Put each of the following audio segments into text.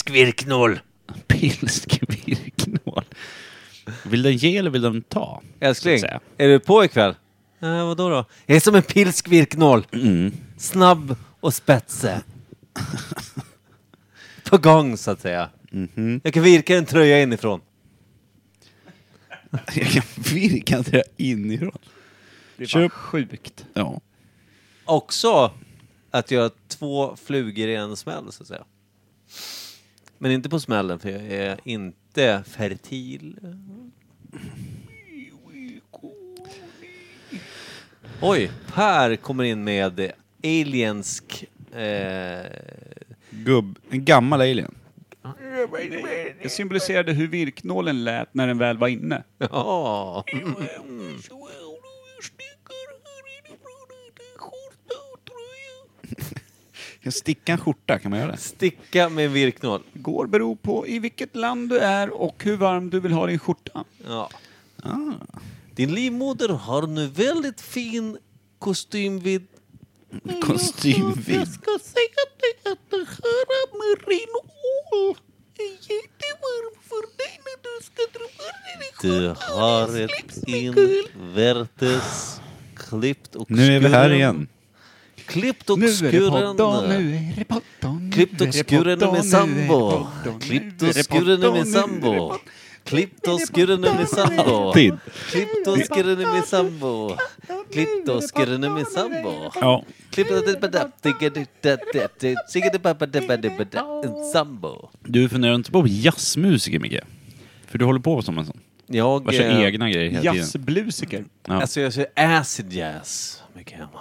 Pilskvirknål. Pilskvirknål. Vill den ge eller vill den ta? Älskling, Så att säga. är du på ikväll? Äh, vadå då? Jag är som en pilskvirknål. Mm. Snabb och spetsig. på gång, så att säga. Mhm. Jag kan virka en tröja inifrån. Jag kan virka det inifrån. Det är Köp. fan sjukt. Ja. Också att göra två flugor i en smäll, så att säga. Men inte på smällen, för jag är inte fertil. Oj, Per kommer in med aliensk... Eh, Gubb, en gammal alien. Det symboliserade hur virknålen lät när den väl var inne. Ja. Kan sticka en skjorta, kan man göra det? Sticka med en virknål. Går beror på i vilket land du är och hur varm du vill ha din skjorta. Ja. Ah. Din livmoder har nu väldigt fin kostymvidd. Kostymvidd. ska säga dig att det här är merinol är jättevarm för dig när du ska droppa Du har ett invärtes klippt och Nu är vi här igen. Klippt och skuren. är det poddan, Klippt och skuren är min eh, sambo. Klippt och skuren är min sambo. Klippt och skuren är min sambo. Tid. Klippt och skuren är min sambo. Klippt och skuren är min sambo. Ja. Klippt och en sambo. Du funderar inte på jazzmusiker, Micke? För du håller på som en sån. Jag, Vars eh, egna grejer hela tiden. Jazzblusiker. Ja. alltså jag kör acid jazz mycket hemma.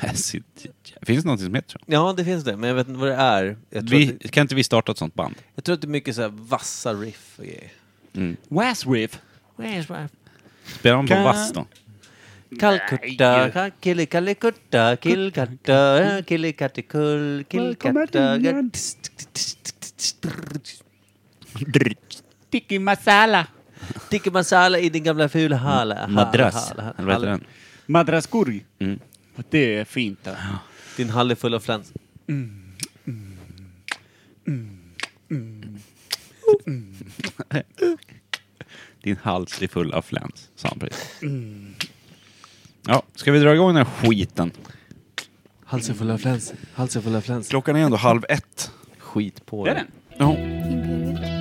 Acid jazz. Finns Alltså, det något som heter så? Ja, det finns det, men jag vet inte vad det är. Jag tror, Vi, att, det, kan inte vi starta ett sånt band? jag tror att det är mycket så här vassa riff och grejer. Wazriff. Spelar man på Kan- vass då? Kalkutta, killekallikutta, killkatta, killikattikull, killkatta... Tiki masala. Tikka masala i din gamla fula hala. Madrass? hala, hala, Eller vad heter hala. den? Madraskurri. Mm. Det är fint. Då. Din hall är full av fläns. Din hals är full av fläns, sa han precis. Mm. Ja, ska vi dra igång den här skiten? Hals är full av fläns. Hals är full av fläns. Klockan är ändå halv ett. Skit på Det är den. Ja.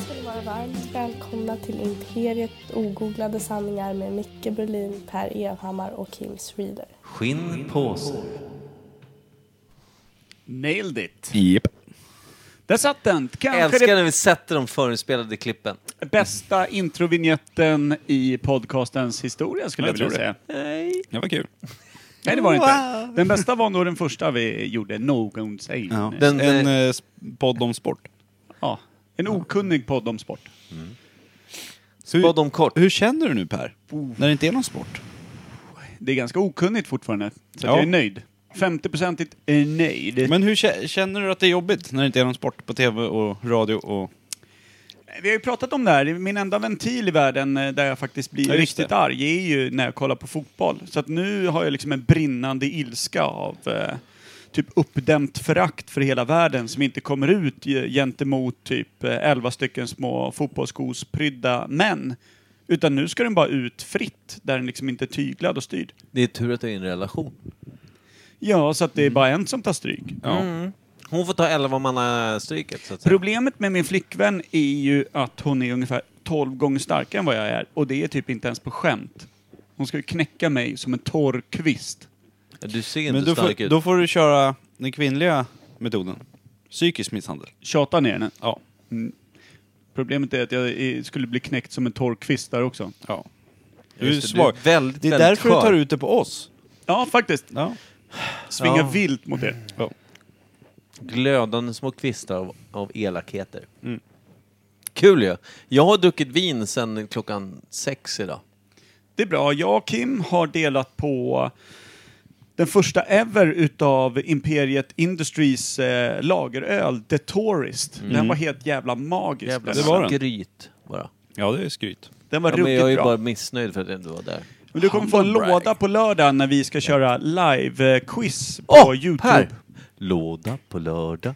ska ni vara varmt välkomna till Imperiet ogooglade sanningar med Micke Berlin, Per Evhammar och Kim Schreeder. Skinn på sig. Nailed it. Yep. Där satt den. Kanske Älskar det när vi sätter de förinspelade klippen. bästa introvinjetten i podcastens historia skulle jag, vilja säga. Det var kul. Nej, det var det inte. Den bästa var nog den första vi gjorde någonsin. Ja. Den- en eh, s- podd om sport. Ja. En okunnig podd om sport. Spådd om Oh. kort. Hur känner du nu Per? När det inte är någon sport? Det är ganska okunnigt fortfarande, så att Ja. jag är nöjd. 50-procentigt är nöjd. Men hur kä- känner du att det är jobbigt när det inte är någon sport på tv och radio och... Vi har ju pratat om det här, min enda ventil i världen eh, där jag faktiskt blir Ja, just riktigt det. arg är ju när jag kollar på fotboll. Så att nu har jag liksom en brinnande ilska av eh, typ uppdämt förakt för hela världen som inte kommer ut ge- gentemot typ eh, 11 stycken små fotbollsskosprydda män. Utan nu ska den bara ut fritt, där den liksom inte är tyglad och styrd. Det är tur att du är i en relation. Ja, så att det är bara en som tar stryk. Mm. Ja. Hon får ta 11-mannastryket, så att säga. Problemet med min flickvän är ju att hon är ungefär 12 gånger starkare än vad jag är. Och det är typ inte ens på skämt. Hon ska ju knäcka mig som en torr kvist. Du ser Men inte då stark får, ut. då får du köra den kvinnliga metoden. Psykisk misshandel. Tjata ner henne. Ja. Mm. Problemet är att jag eh, skulle bli knäckt som en torr kvist där också. Ja. Just Du är det, svag. Du är väldigt, Det är väldigt därför du tar skör. ut det på oss. Ja, faktiskt. Ja. Svinga Ja. vilt mot er. glödande små kvistar av, av elakheter. Mm. Kul ju. Jag har druckit vin sedan klockan sex idag. Det är bra. Jag och Kim har delat på den första ever utav Imperiet Industries eh, lageröl, The Tourist. Den var helt jävla magisk. Jävla det var den. skryt bara. ja, det är skryt. Den var Ja, men ruggigt jag är bra. bara missnöjd för att jag inte var där. Men du kommer få en humble brag. låda på lördag när vi ska köra live-quiz på Åh, Youtube. Per! Låda på lördag.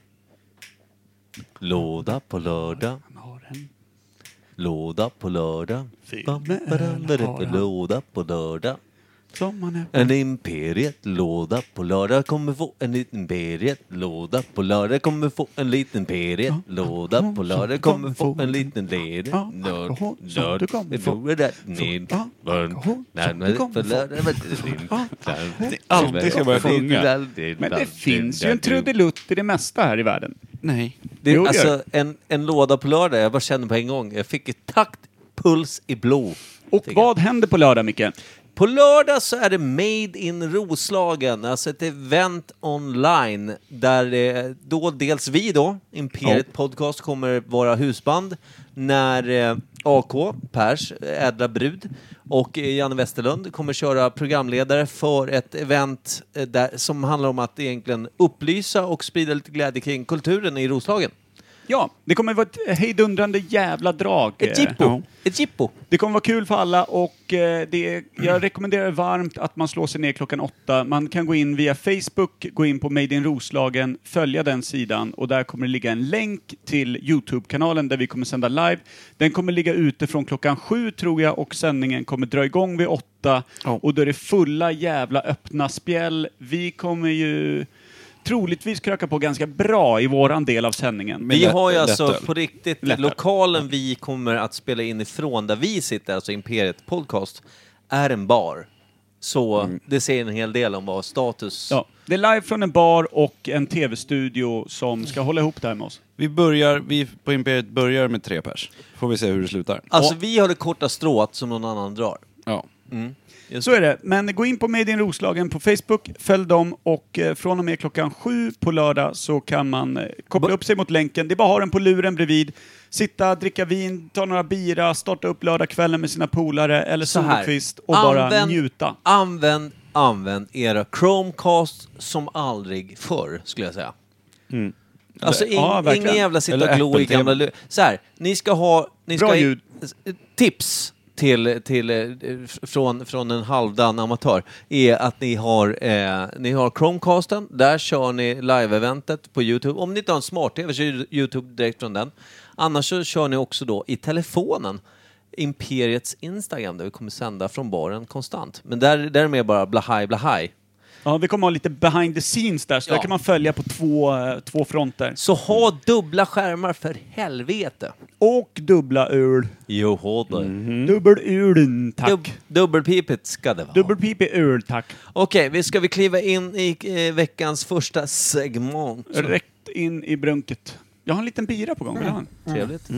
Låda på lördag. Han har en. Låda på lördag. Fylld Bam, med badam, öl badam, har han. Låda på lördag. Som han är. En imperiet låda på lördag kommer få en liten imperiet låda på lördag kommer få en liten imperiet låda på lördag kommer få en liten ledig Ja, lörd alkohol som du lörd kommer vi få. får det ned Ja, alkohol som du närmare kommer för få. lördag men Ja, det alltid ska börja sjunga. Men det finns ju en trudelutt i det mesta här i världen. Nej. det, Jo, det gör alltså en, en låda på lördag, jag bara kände på en gång, jag fick ett takt, puls i blod. Och Fick jag. vad händer på lördag, Micke? På lördag så är det Made in Roslagen, alltså ett event online där det, då dels vi då, Imperiet Podcast, kommer vara husband när eh, AK, Pers, ädla brud och eh, Janne Westerlund kommer köra programledare för ett event eh, där, som handlar om att egentligen upplysa och sprida lite glädje kring kulturen i Roslagen. Ja, det kommer vara ett hejdundrande jävla drag. Ett eh, jippo! ja. Ett jippo! Det kommer vara kul för alla och eh, det, jag rekommenderar varmt att man slår sig ner klockan åtta. Man kan gå in via Facebook, gå in på Made in Roslagen, följa den sidan och där kommer det ligga en länk till Youtube-kanalen där vi kommer sända live. Den kommer ligga ute från klockan sju tror jag och sändningen kommer dra igång vid åtta Ja. och då är det fulla jävla öppna spjäll. Vi kommer ju troligtvis kröka på ganska bra i våran del av sändningen. Men Vi lätt- har ju alltså lättöl. på riktigt, Lättöl. lokalen vi kommer att spela in ifrån, där vi sitter, alltså Imperiet Podcast, är en bar. Så det säger en hel del om vad status... Mm. Ja, det är live från en bar och en tv-studio som ska hålla ihop det här med oss. Vi börjar, vi på Imperiet börjar med tre pers. Får vi se hur det slutar. Alltså vi har det korta strået som någon annan drar. Ja. Mm. Så är det. Men gå in på Made in Roslagen på Facebook, följ dem och eh, från och med klockan sju på lördag så kan man eh, koppla upp sig mot länken. Det är bara att ha den på luren bredvid. Sitta, dricka vin, ta några bira, starta upp lördagskvällen med sina polare eller Så här. solkvist och bara njuta. Använd, använd era Chromecast som aldrig förr, skulle jag säga. Alltså in, Mm. ja, verkligen. ingen jävla sitta Eller och glo i Apple-TV. gamla... lu- Så här, ni ska ha... Ni Bra ska ha- ljud. Tips till, till, eh, f- från, från en halvdan amatör är att ni har, eh, ni har Chromecasten, där kör ni live-eventet på Youtube. Om ni inte har en smart-tv så är ju Youtube direkt från den. Annars så kör ni också då i telefonen Imperiets Instagram där vi kommer sända från baren konstant. Men där, där är det mer bara blahaj blahaj. Ja, vi kommer ha lite behind the scenes där, så Ja. där kan man följa på två, eh, två fronter. Så ha dubbla skärmar för helvete! Och dubbla öl. Joho då. Mm. Dubbel ölen, tack. Dub, dubbelpipigt ska det vara. Dubbelpipig öl, tack. Okej, vi ska vi kliva in i eh, veckans första segment? Rätt in i brunket. Jag har en liten bira på gång, vill du ha en? Trevligt.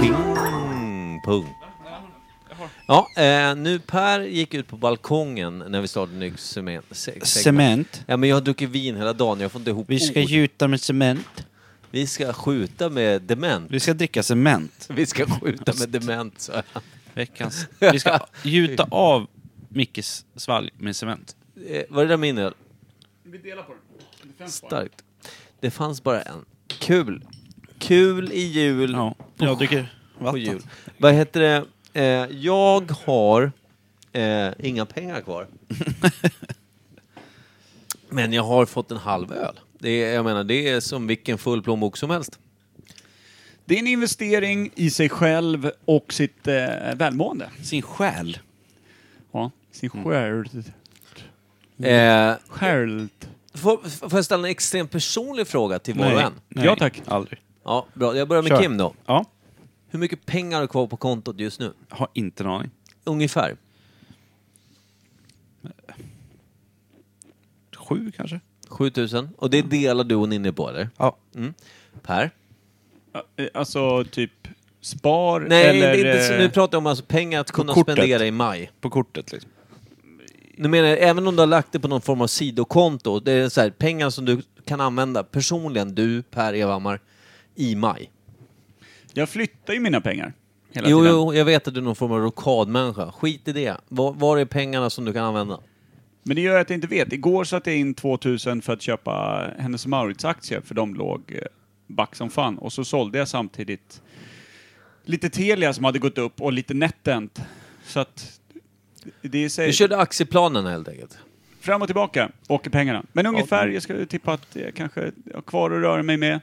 Ping, pung. Ja, eh, nu Per gick ut på balkongen när vi startade ny semen- se- segment. Cement. Ja, men jag har druckit vin hela dagen, jag får inte ihop Vi ska ord. gjuta med cement. Vi ska skjuta med dement. Vi ska dricka cement. Vi ska skjuta med dement, så. Veckans. Vi ska gjuta av Mickes svalg med cement. Eh, Var det där min öl? Vi delar på den. Starkt. Det fanns bara en. Kul. Kul i jul. Ja, jag dricker på vatten. jul. Vad heter det? Eh, jag har eh, inga pengar kvar. Men jag har fått en halv öl. Det är, jag menar, det är som vilken full plånbok som helst. Det är en investering i sig själv och sitt eh, välmående. Sin själ. Ja, sin Mm. skörd. Mm. Eh, Skörd. får, får jag ställa en extremt personlig fråga till var och en? Ja, tack. Aldrig. Ja, bra. Jag börjar med Kör. Kim då. Ja. Hur mycket pengar har du kvar på kontot just nu? Har inte en aning. Ungefär. Sju kanske? 7000. Och det delar du och Ninni på eller? Ja. Mm. Per? Eh, Alltså typ spar Nej, eller... det är inte, så- eh, nu pratar jag om alltså pengar att kunna kortet. spendera i maj. På kortet liksom. Nu menar jag, även om du har lagt det på någon form av sidokonto, det är så här, pengar som du kan använda personligen, du, Per Evhammar, i maj. Jag flyttar ju mina pengar. Hela Jo, tiden. jo, jag vet att du är någon form av rockadmänniska. Skit i det. Var, var är pengarna som du kan använda? Men det gör att jag inte vet. Igår satte jag in 2000 för att köpa Hennes Mauritz aktier för de låg eh, back som fan. Och så sålde jag samtidigt lite Telia som hade gått upp och lite NetEnt. Så att det Du säger körde aktieplanen helt enkelt. fram och tillbaka, åker pengarna. Men ungefär, jag skulle tippa att jag kanske har kvar att röra mig med.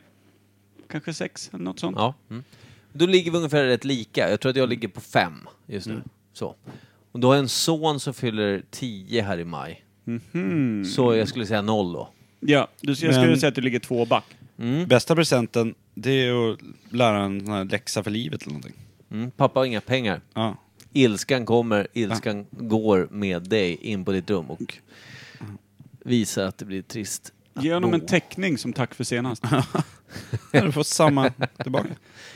Kanske sex eller något sånt. Ja. Mm. Då ligger vi ungefär rätt lika. Jag tror att jag ligger på fem just Mm. nu. Så. Och du har en son som fyller 10 här i maj. Mhm. Så jag skulle säga noll då. Ja, du, jag skulle Men- säga att du ligger två back. Bästa presenten, det är att lära en sån här läxa för livet eller någonting. Mm. Pappa har inga pengar. Ja. Ilskan kommer, ilskan går med dig in på ditt rum och visar att det blir trist. att Ge honom bo. en teckning som tack för senast. Ja, Du får samma tillbaka.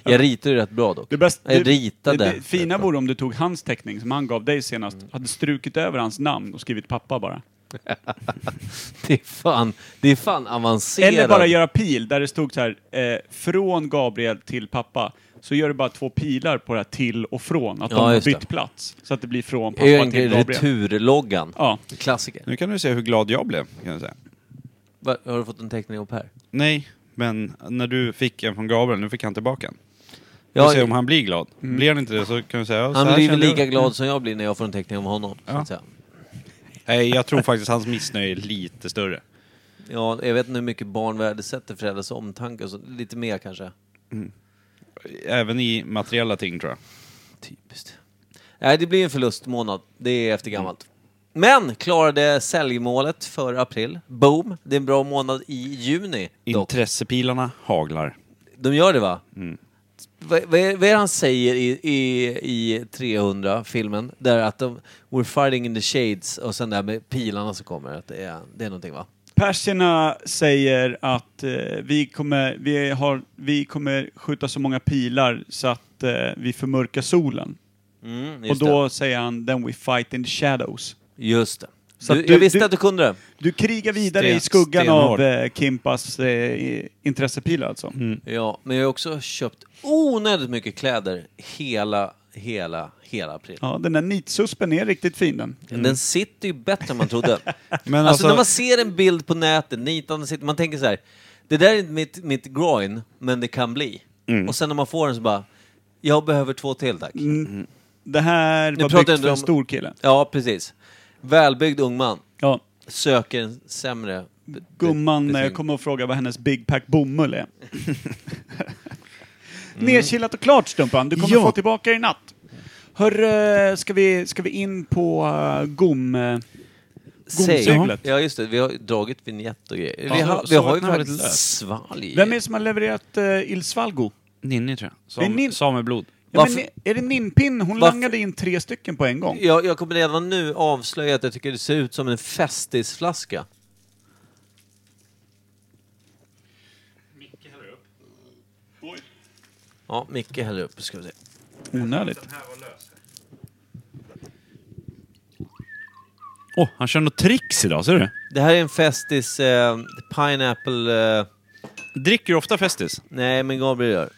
Jag ritar ju rätt bra dock. Det bästa, jag ritade. Mm. Det, det fina vore om du tog hans teckning som han gav dig senast, hade strukit över hans namn och skrivit pappa bara. Det är fan, det är fan avancerat. Eller bara göra pil där det stod så här, eh, från Gabriel till pappa. Så gör du bara två pilar på det här till och från, att Ja, de har just bytt det. plats. Så att det blir från Jag gör en pappa grej, till Gabriel. returloggan. Ja. Klassiker. Nu kan du se hur glad jag blev, kan jag säga. Va, har du fått en teckning av Per? Nej, men när du fick en från Gabriel, nu fick han tillbaka en. Vi får Ja, se om han blir glad. Blir Mm. han inte det så kan du säga... Ja, så han här blir väl kände jag. lika Mm. glad som jag blir när jag får en teckning av honom. Ja. Så att säga. Nej, jag tror faktiskt hans missnöje är lite större. ja, jag vet inte hur mycket barn värdesätter föräldrars omtanke och så. Lite mer kanske. Även i materiella ting tror jag. Typiskt. Nej, det blir en förlustmånad. Det är efter gammalt. Men klarade säljmålet för april. Boom! Det är en bra månad i juni dock. Intressepilarna haglar. De gör det va? Vad, vad, är, vad är det han säger i, i, i 300-filmen? Där att de, we're fighting in the shades och sen där med pilarna som kommer. Att det, är, det är någonting va? Perserna säger att eh, vi, kommer, vi, har, vi kommer skjuta så många pilar så att eh, vi förmörkar solen. Mm, Och just, då säger han, then we fight in the shadows. det. just det. Så du, att du- jag visste du- att du kunde det. Du krigar vidare Sten- i skuggan stenhård. Mm. av eh, Kimpas eh, i- intressepilar alltså. Ja, men jag har också köpt onödigt mycket kläder hela, hela, hela april. Ja, den där nitsuspen är riktigt fin den. Den sitter ju bättre än man trodde. Men alltså, alltså- när man ser en bild på nätet, nitande sitter, man tänker så här. Det där är inte mitt, mitt groin, men det kan bli. Och sen när man får den så bara, jag behöver två till tack. Det här Nu var pratar byggt för jag inte en om- stor kille. Ja, precis. Välbyggd ung man Ja. söker en sämre... be- Gumman be- eh, kommer och frågar vad hennes Big Pack bomull är. Nerkilat och klart Stumpan, du kommer Mm. Ja. få tillbaka i natt. Hörru, eh, ska vi, ska vi in på uh, gom... eh, Säg. gomseglet. Ja, just det. Vi har dragit vignett och grejer. vi Ja, har, så- vi så har ju den har faktiskt varit lös. svalg. Vem är det som har levererat uh, Il Svalgo? Ninni tror jag. Det är nin- Sameblod. Ja, men, Varför- ni- är det Ninpin? Hon Varför- langade in tre stycken på en gång. Jag, jag kommer redan nu avslöja att jag tycker det ser ut som en Festisflaska. Ja, Micke häller upp. Ska vi se. Onödigt. Åh, oh, han kör något tricks idag, ser du? Det här är en Festis eh, Pineapple... Eh, Dricker du ofta Festis? nej, men Gabriel gör.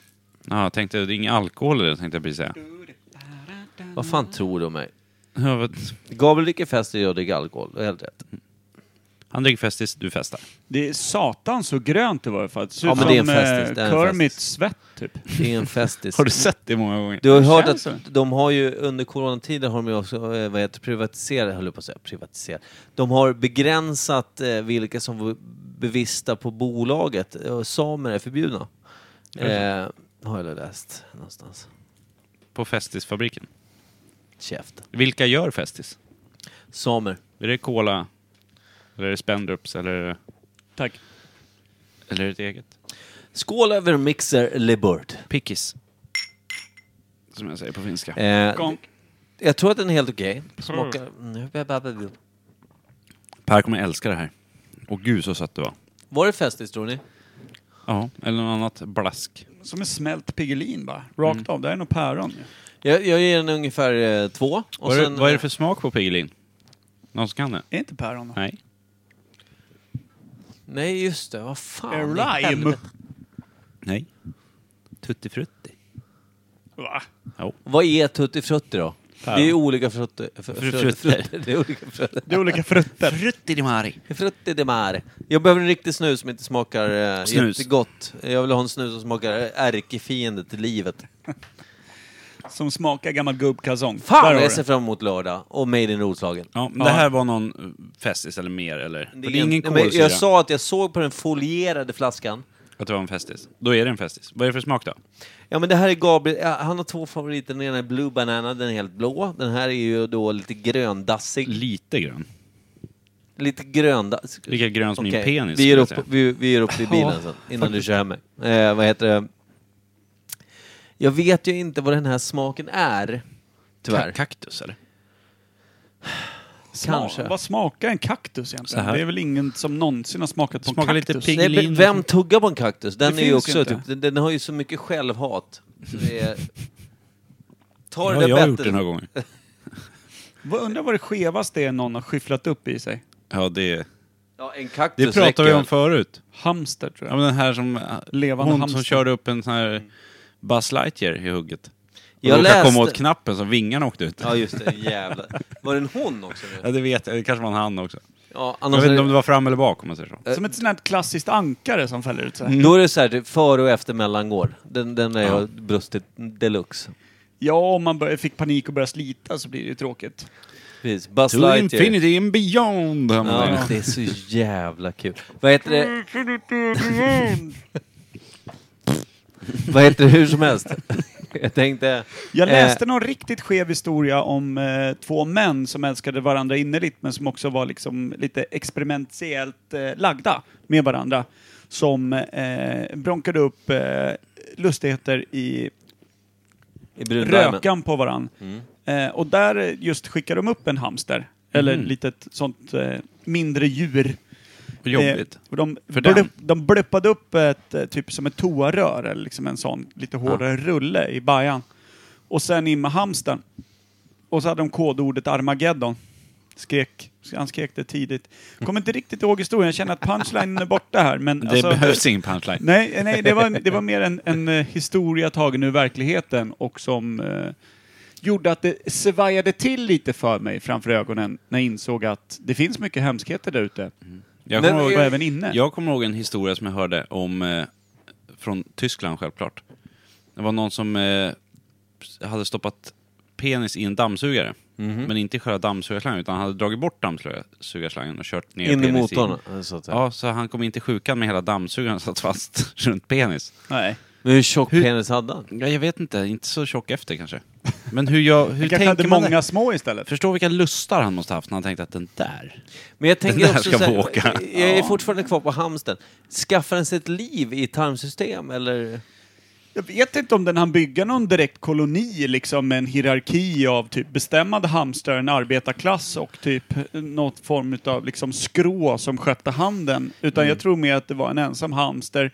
Ja, jag tänkte, det är ingen alkohol i det, tänkte jag precis säga. Vad fan tror du om mig? Ja, vad- Gabriel dricker Festis, jag dricker alkohol. Det är helt rätt. Han dricker Festis, du festar. Det är satan så grönt det var i fall. Det ser Ja, ut men som det är en festis, eh, det är en Kermits festis. svett typ. Det är en Festis. Har du sett det många gånger? Du har ju Det hört känns att de har ju under coronatiden har de ju också eh, vad heter, privatiserat, höll jag på att säga, privatiserat. De har begränsat eh, vilka som var bevista på bolaget. Eh, Samer är förbjudna. Eh, har jag läst någonstans. På Festisfabriken. Käften. Vilka gör Festis? Samer. Är det Cola? Eller är det Spendrups? Eller, Tack. eller är det ett eget? Skål över Mixer Libert. Pickis. Som jag säger på finska. Eh, Gonk. Mm, jag tror att den är helt okej. Smakar... Per kommer älska det här. Och gud så sött det var. Var det festis tror ni? Ja, eller något annat blask. Som en smält pigelin bara. Rakt Mm. av. Det här är nog päron. ju. Jag, jag ger den ungefär eh, två. Och Vad är, sen, det, vad är det för smak på Piggelin? Någon som kan det? Är inte päron? då? Nej. Nej, just det. Vad fan i Lime. Ah, helvete. Nej. Tuttifrutti. Va? Jo. Vad är tutti frutti då? Päron. Det är ju olika frutti. fr- Frutter. frutter. Det är olika frutter. Det är olika frutter. Frutti di mari. Frutti de mare. Jag behöver en riktig snus som inte smakar eh, Snus. jättegott. Jag vill ha en snus som smakar ärkefiende till livet. Som smakar gammal gubbkalsong. Fan Där vad har jag du. ser fram emot lördag och Made in Roslagen. Ja, men det här var någon eh, festis eller mer eller? För Det är ingen Nej, men kolsyra. Jag sa att jag såg på den folierade flaskan. Att det var en festis. Då är det en festis. Vad är det för smak då? Ja men det här är Gabriel, ja, han har två favoriter. Den ena är Blue Banana, den är helt blå. Den här är ju då lite gröndassig. Lite grön. Lite gröndassig. Lika grön som Okej, min penis. Vi skulle ger jag upp, säga. vi, vi ger upp i bilen sen, innan du kör hem mig. Eh, vad heter det? Jag vet ju inte vad den här smaken är, tyvärr. Ka- Kaktus eller? Sma- Kanske. Vad smakar en kaktus Så egentligen? här. Det är väl ingen som någonsin har smakat på en Smakar lite kaktus? pig- Nej, men Lin- vem tuggar på en kaktus? Den, Det är ju finns också, ju inte. typ, den, den har ju så mycket självhat. Så det är- Ta det Ja, där jag har gjort bettet. det några gånger. Vad- Undrar vad det skevaste är någon har skyfflat upp i sig? Ja, det... Ja, en kaktus Det pratade vi räcker om väl. förut. Hamster tror Ja, jag. men den här som... eh, Levande hon hamster. som körde upp en sån här Buzz Lightyear i hugget. Och Jag jag läste... komma läste- åt knappen så vingarna åkte ut. Ja, just det. Jävlar. Var det en hon också? Ja, Nu? det vet jag. Det kanske var en han också. Ja, Jag annars vet är inte om det det, var fram eller bak om man säger så. Eh, Som ett sånt här klassiskt ankare som fäller ut sig. Mm. då är det så här, typ, före och efter mellangård. Den, den där jag har brustit deluxe. Ja, om man bör, fick panik och började slita så blir det ju tråkigt. Precis. Buzz To Lightyear. infinity and beyond! hör man Ja, säga. det är så jävla kul. Vad heter det? Vad heter det hur som helst? Jag tänkte... Jag eh, läste någon riktigt skev historia om eh, två män som älskade varandra innerligt men som också var liksom lite experimentellt eh, lagda med varandra. Som eh, bronkade upp eh, lustigheter i I brudvärmen. rökan på varann. Eh, och där eh, just skickar de upp en hamster. Eller ett litet sånt eh, mindre djur. Vad Jobbigt. Eh, och de, För blupp- den. de bluppade upp ett, eh, typ som ett toarör, eller liksom en sån lite hårdare rulle i bajan. Och sen in med hamsten. Och så hade de kodordet Armageddon. Skrek, han skrek det tidigt. Kommer inte riktigt ihåg historien, jag känner att punchlinen är borta här. Men Det alltså- behövs ingen punchline. Nej, nej det, var, det var mer en, en eh, historia tagen ur verkligheten och som eh, gjorde att det svajade till lite för mig framför ögonen när jag insåg att det finns mycket hemskheter där ute. Mm. Jag Men- kommer ihåg Och även inne. Jag kommer ihåg en historia som jag hörde om, eh, från Tyskland självklart. Det var någon som eh, hade stoppat penis i en dammsugare. Mhm. Men inte i själva dammsugarslangen, utan han hade dragit bort dammsugarslangen och kört ner In i penis motorn. eh, Så att säga. Ja, så han kom in till sjukan med hela dammsugaren satt fast runt penis. Nej. Men hur tjock penis hade han? Ja, jag vet inte, inte så tjock efter kanske. Men hur, jag, hur Jag kanske hade tänker man? många Många... små istället. Förstår vilka lustar han måste haft när han tänkte att den där. Men jag tänker där också ska så här, våka. Jag är fortfarande kvar på hamsten. Skaffar den sig ett liv i tarmsystem eller? Jag vet inte om den hann bygga någon direkt koloni liksom med en hierarki av typ bestämmande hamstrar, en arbetarklass och typ något form av liksom skrå som skötte handen. Utan Mm. jag tror mer att det var en ensam hamster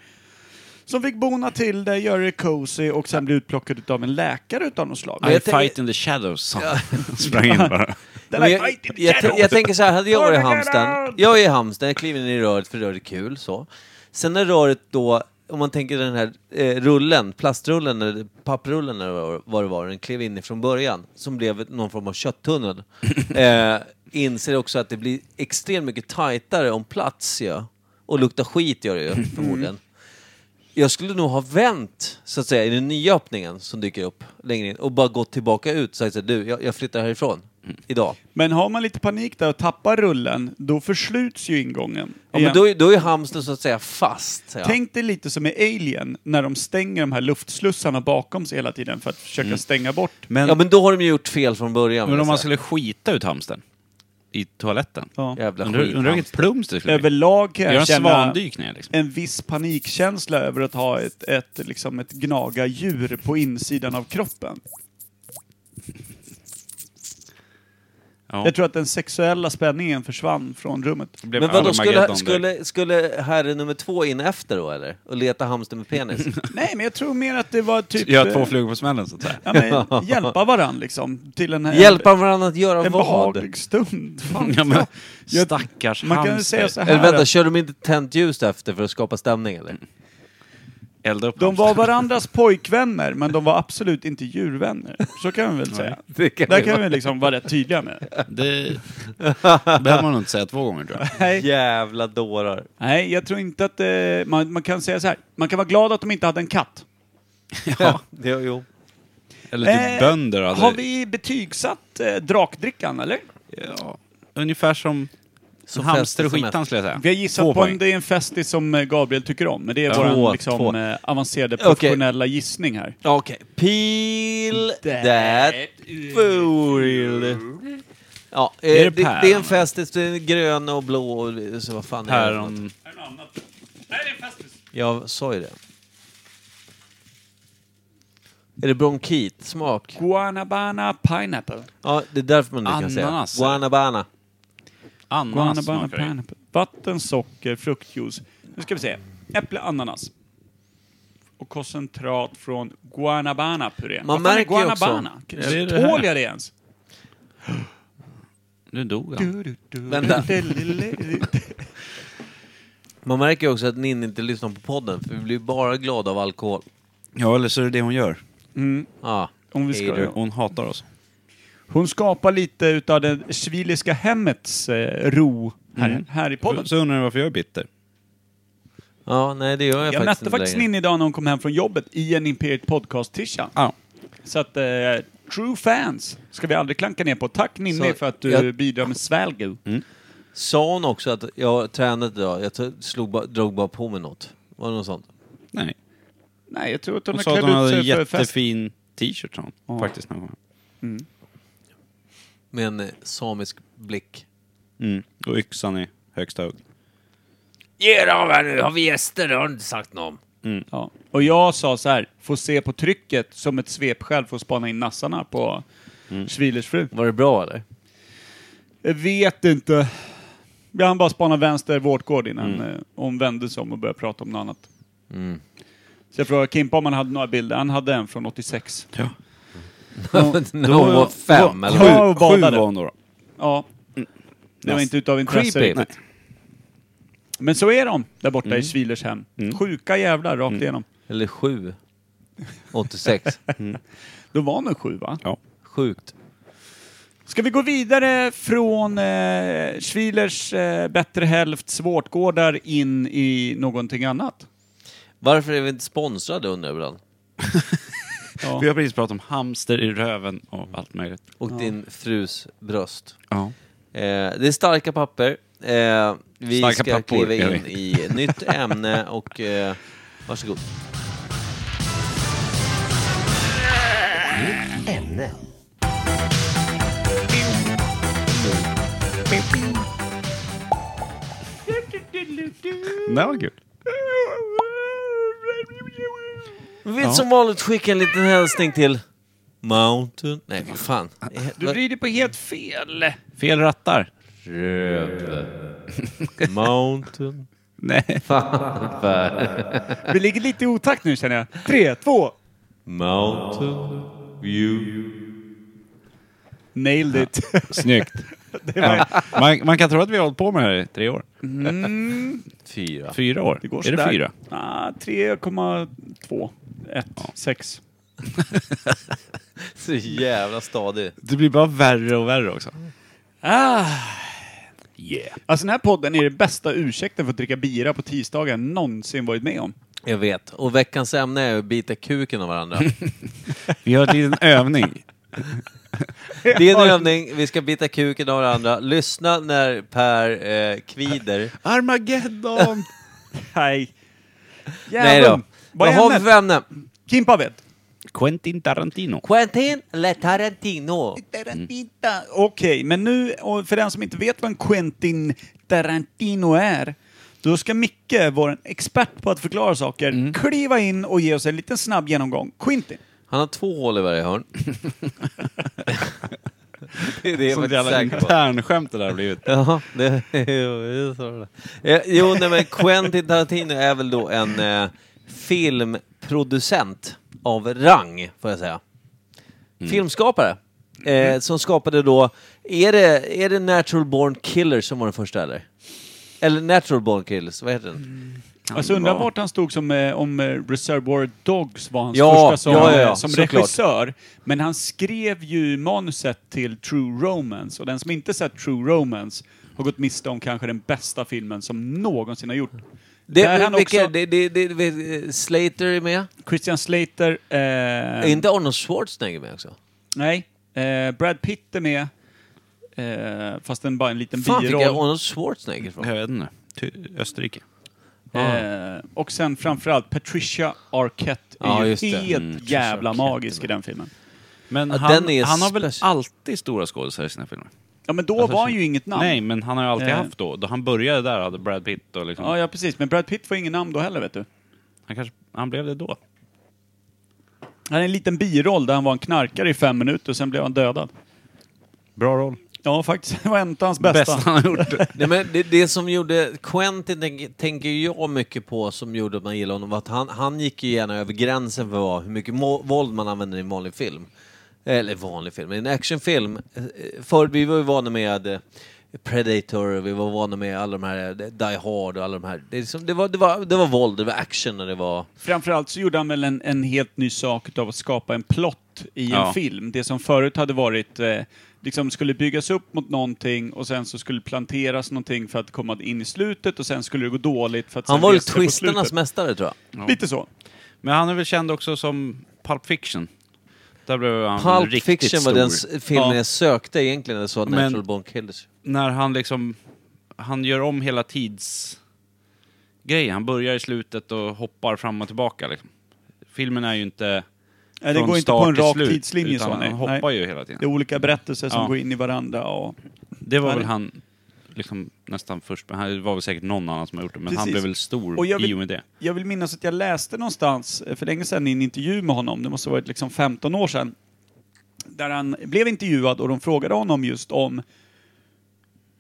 som fick bona till det, göra det cozy och sen bli utplockad utav en läkare utav något slag. Men I jag tänker- fight in the shadows, sa han. Sprang in bara. Den Men här jag, fighten i jag, shadows. jag, jag tänker så här, hade jag varit i Torkar hamsten, den! jag är i hamsten, jag kliver in i röret för röret är kul så. Sen när röret då, om man tänker den här eh, rullen, plastrullen eller papprullen eller vad- vad det var, den klev in ifrån början, som blev någon form av kötttunnel. eh, inser också att det blir extremt mycket tajtare om plats ja. Och lukta skit gör det ju förmodligen. Jag skulle nog ha vänt, så att säga, i den nya öppningen som dyker upp längre in och bara gått tillbaka ut och sagt så här, du, jag, jag flyttar härifrån idag. Men har man lite panik där och tappar rullen, då försluts ju ingången. Ja, men igen. då, är- då är hamsten så att säga fast. Ja. Tänk dig lite som i Alien, när de stänger de här luftslussarna bakom sig hela tiden för att försöka stänga bort. Men, ja, men då har de ju gjort fel från början. men om vill man jag skulle skita ut hamstern i toaletten. Ja. säga. Jävla Undrar undrar vilket skithamster. plums det skulle bli. Överlag kan Gör en jag känna svandykning liksom. en viss panikkänsla över att ha ett, ett, liksom ett gnaga djur på insidan av kroppen. Ja. Jag tror att den sexuella spänningen försvann från rummet. Det blev Men vadå, skulle, Armageddon direkt. skulle, skulle herre nummer två in efter då eller? Och leta hamster med penis? Nej, men jag tror mer att det var typ... Göra två eh, flugor på smällen så att säga. ja, men, hjälpa varandra liksom. Till en, Hjälpa varandra att göra en vad? behaglig stund. Fan, Ja, men, Jag- stackars man kan ju hamster. säga så här. Eller vänta, att kör de inte tänt ljus efter för att skapa stämning eller? Elda upp de hamster. var varandras pojkvänner, men de var absolut inte djurvänner. Så kan vi väl säga. Det kan Där vi kan vara. vi liksom vara rätt tydliga med. Det behöver man nog inte säga två gånger tror jag. Nej, Jävla dårar. Nej, jag tror inte att... Eh, man, man kan säga så här. Man kan vara glad att de inte hade en katt. Ja, det, jo. Eller typ Eh, bönder hade... Alltså, Har vi betygsatt eh, drakdrickan, eller? Ja. Ungefär som, som Som hamster och fest- som skitan skulle jag säga. Vi har gissat Två på poäng. om det är en festis som eh, Gabriel tycker om, men det är Två, vår liksom, två. eh, avancerade Okej. professionella gissning här. Okej. Peel that fool. Ja, eh, Är det, det det, är päron? en festis, det är grön och blå och så vad fan är det för något? Päron... Jag sa ju det. Är det bronkit? Smak? Guanabana pineapple. Ja, det är därför man inte kan säga. Ananas. Guanabana. Ananas Guanabana smakar det. pineapple. Vatten, socker, fruktjuice. Nu ska vi se. Äpple, ananas. Och koncentrat från guanabana-puré. Man Vad fan är märker ju också- guanabana? det är det här. Tål jag det ens? Nu dog han. Vänta. Man märker ju också att Ninni inte lyssnar på podden, för vi blir bara glada av alkohol. Ja, eller så är det det hon gör. Mm. Ja. Om vi ska, Hej Hon hatar oss. Hon skapar lite utav det sviliska hemmets eh, ro här, Mm. här i podden. Så undrar jag varför jag är bitter. Ja, nej det gör jag, Jag faktiskt mötte inte faktiskt längre. Ninni idag när hon kom hem från jobbet i en Imperiet Podcast-tisha. Ja. Så att, eh, true fans ska vi aldrig klanka ner på. Tack Ninni Så för att du jag- bidrar med svälgu. Sa hon också att jag tränade idag, jag t- slog, ba- drog bara på mig något? Var det något sånt? Nej. Nej, jag tror att hon Hon har sa att hon klädd ut hade en sig för fest. jättefin t-shirt, sa hon. Faktiskt. Någon gång. Med en eh, samisk blick. Mm. Och yxan i högsta hugg. Ge dig av här nu, har vi gäster? Det har du inte sagt någon. Ja. Och jag sa så här, få se på trycket som ett svepskäl för att spana in nassarna på Mm. Schwilers fru. Var det bra eller? Jag vet inte. Jag hann bara spana vänster vårtgård Mm. innan eh, hon vände sig om och började prata om något annat. Så jag frågade Kimpa om han hade några bilder. Han hade en från 86. Ja. När hon var fem var- eller? Ja, vad? och Sju, sju badade. var hon då. då. Ja. Det var inte utav intresse Creepy. riktigt. Men så är de där borta Mm. i Schwilers hem. Sjuka jävlar rakt igenom. Eller sju. 86. Då var nog sju va? Ja. Sjukt. Ska vi gå vidare från eh, Schwilers eh, bättre hälfts vårtgårdar in i någonting annat? Varför är vi inte sponsrade undrar jag ibland. Ja. Vi har precis pratat om hamster i röven och allt möjligt. Och din frus bröst. Ja. Eh, det är starka papper. Eh, vi Starka ska pappor, kliva gör in i nytt ämne och eh, varsågod. Det var kul. Vi vill som vanligt skicka en liten hälsning till Mountain... Nej, vad fan. Eh, Du vad- vrider på helt fel. Fel rattar. Mountain... Nej. Vi ligger lite i otakt nu känner jag. Tre, två. Mountain View... Nailed it. Snyggt. man, man kan tro att vi har hållit på med det här i tre år. Fyra. Fyra år. Det går är sådär. det fyra? Ah, 3,2. 1, 6. Så jävla stadig. Det blir bara värre och värre också. Ah. Yeah. Alltså den här podden är den bästa ursäkten för att dricka bira på tisdagar jag någonsin varit med om. Jag vet. Och veckans ämne är att bita kuken av varandra. Vi har en liten övning. Det är en övning, vi ska bita kuken av varandra. Lyssna när Per eh, kvider. Armageddon! Nej. Nej då. Vad Vad har vi är för ämnet? ämne? Kimpa vet. Quentin Tarantino. Quentin Le Tarantino. Okej, men nu, och för den som inte vet vad en Quentin Tarantino är, då ska Micke, vår expert på att förklara saker, Mm. kliva in och ge oss en liten snabb genomgång. Quentin. Han har två hål i varje hörn. Det är jag Sånt faktiskt jävla säker på. internskämt det där har blivit. Ja, det, jo, det är så det är. Eh, Jo, nej, men Quentin Tarantino är väl då en eh, filmproducent av rang, får jag säga. Mm. Filmskapare. Eh, som skapade då... Är det, är det Natural Born Killers som var den första, eller? Eller Natural Born Killers, vad heter den? Alltså undrar vart han stod som, eh, om eh, Reservoir Dogs var hans Ja, första som, eh, ja, ja, ja, som såklart. regissör. Men han skrev ju manuset till True Romance och den som inte sett True Romance har gått miste om kanske den bästa filmen som någonsin har gjort. Det, Där han vilka, också, det, det, det, det, Slater är med. Christian Slater, Är eh, inte Arnold Schwarzenegger med också? nej, eh, Brad Pitt är med, eh, fast den bara en liten Fan, fick jag biroll. Arnold Schwarzenegger ifrån? Jag vet inte. Ty- Österrike. ah. Eh, och sen framförallt Patricia Arquette är Ja, ju just det. helt Mm, Patricia jävla Arquette magisk i den filmen. Men Ja, han, den är han har väl speciell. alltid stora skådisar i sina filmer? Ja men då var han ju inget namn. Nej, men han har ju alltid Eh. haft då. Då han började där hade Brad Pitt och liksom... Ja, ja precis. Men Brad Pitt får ingen namn då heller, vet du. Han kanske... Han blev det då. Han hade en liten biroll där han var en knarkare i fem minuter och sen blev han dödad. Bra roll. Ja, faktiskt. Det var inte hans bästa. Bästa han har gjort. Nej, men det, det som gjorde Quentin, tänk, tänker jag mycket på, som gjorde att man gillade honom, var att han, han gick ju gärna över gränsen för vad, hur mycket må- våld man använder i en vanlig film. Eller vanlig film, i en actionfilm. Eh, Förr, vi var ju vana med eh, Predator, vi var vana med alla de här, eh, Die Hard och alla de här. Det, är liksom, det, var, det, var, det var våld, det var action och det var... Framförallt så gjorde han väl en, en helt ny sak utav att skapa en plott i Ja. en film. Det som förut hade varit, eh, liksom skulle byggas upp mot någonting och sen så skulle planteras någonting för att komma in i slutet och sen skulle det gå dåligt för att Han sen var ju resa sig på twisternas slutet. mästare tror jag. Lite så. Eh, Men han är väl känd också som Pulp Fiction. Där blev han väl Pulp riktigt Fiction stor. var den s- filmen Ja. jag sökte egentligen, när jag sa Men- Natural Born Killers. När han liksom... Han gör om hela tids... grejen. Han börjar i slutet och hoppar fram och tillbaka liksom. Filmen är ju inte... Nej, det från går inte på start en till rak slut, tidslinje utan så. Han Nej. hoppar Nej. ju hela tiden. Det är olika berättelser som Ja. går in i varandra och... Det var Nej. väl han liksom, nästan först, men det var väl säkert någon annan som har gjort det, men han Precis. blev väl stor Och jag vill- i och med det. Jag vill minnas att jag läste någonstans eh, för länge sedan i en intervju med honom, det måste ha varit liksom 15 år sedan, där han blev intervjuad och de frågade honom just om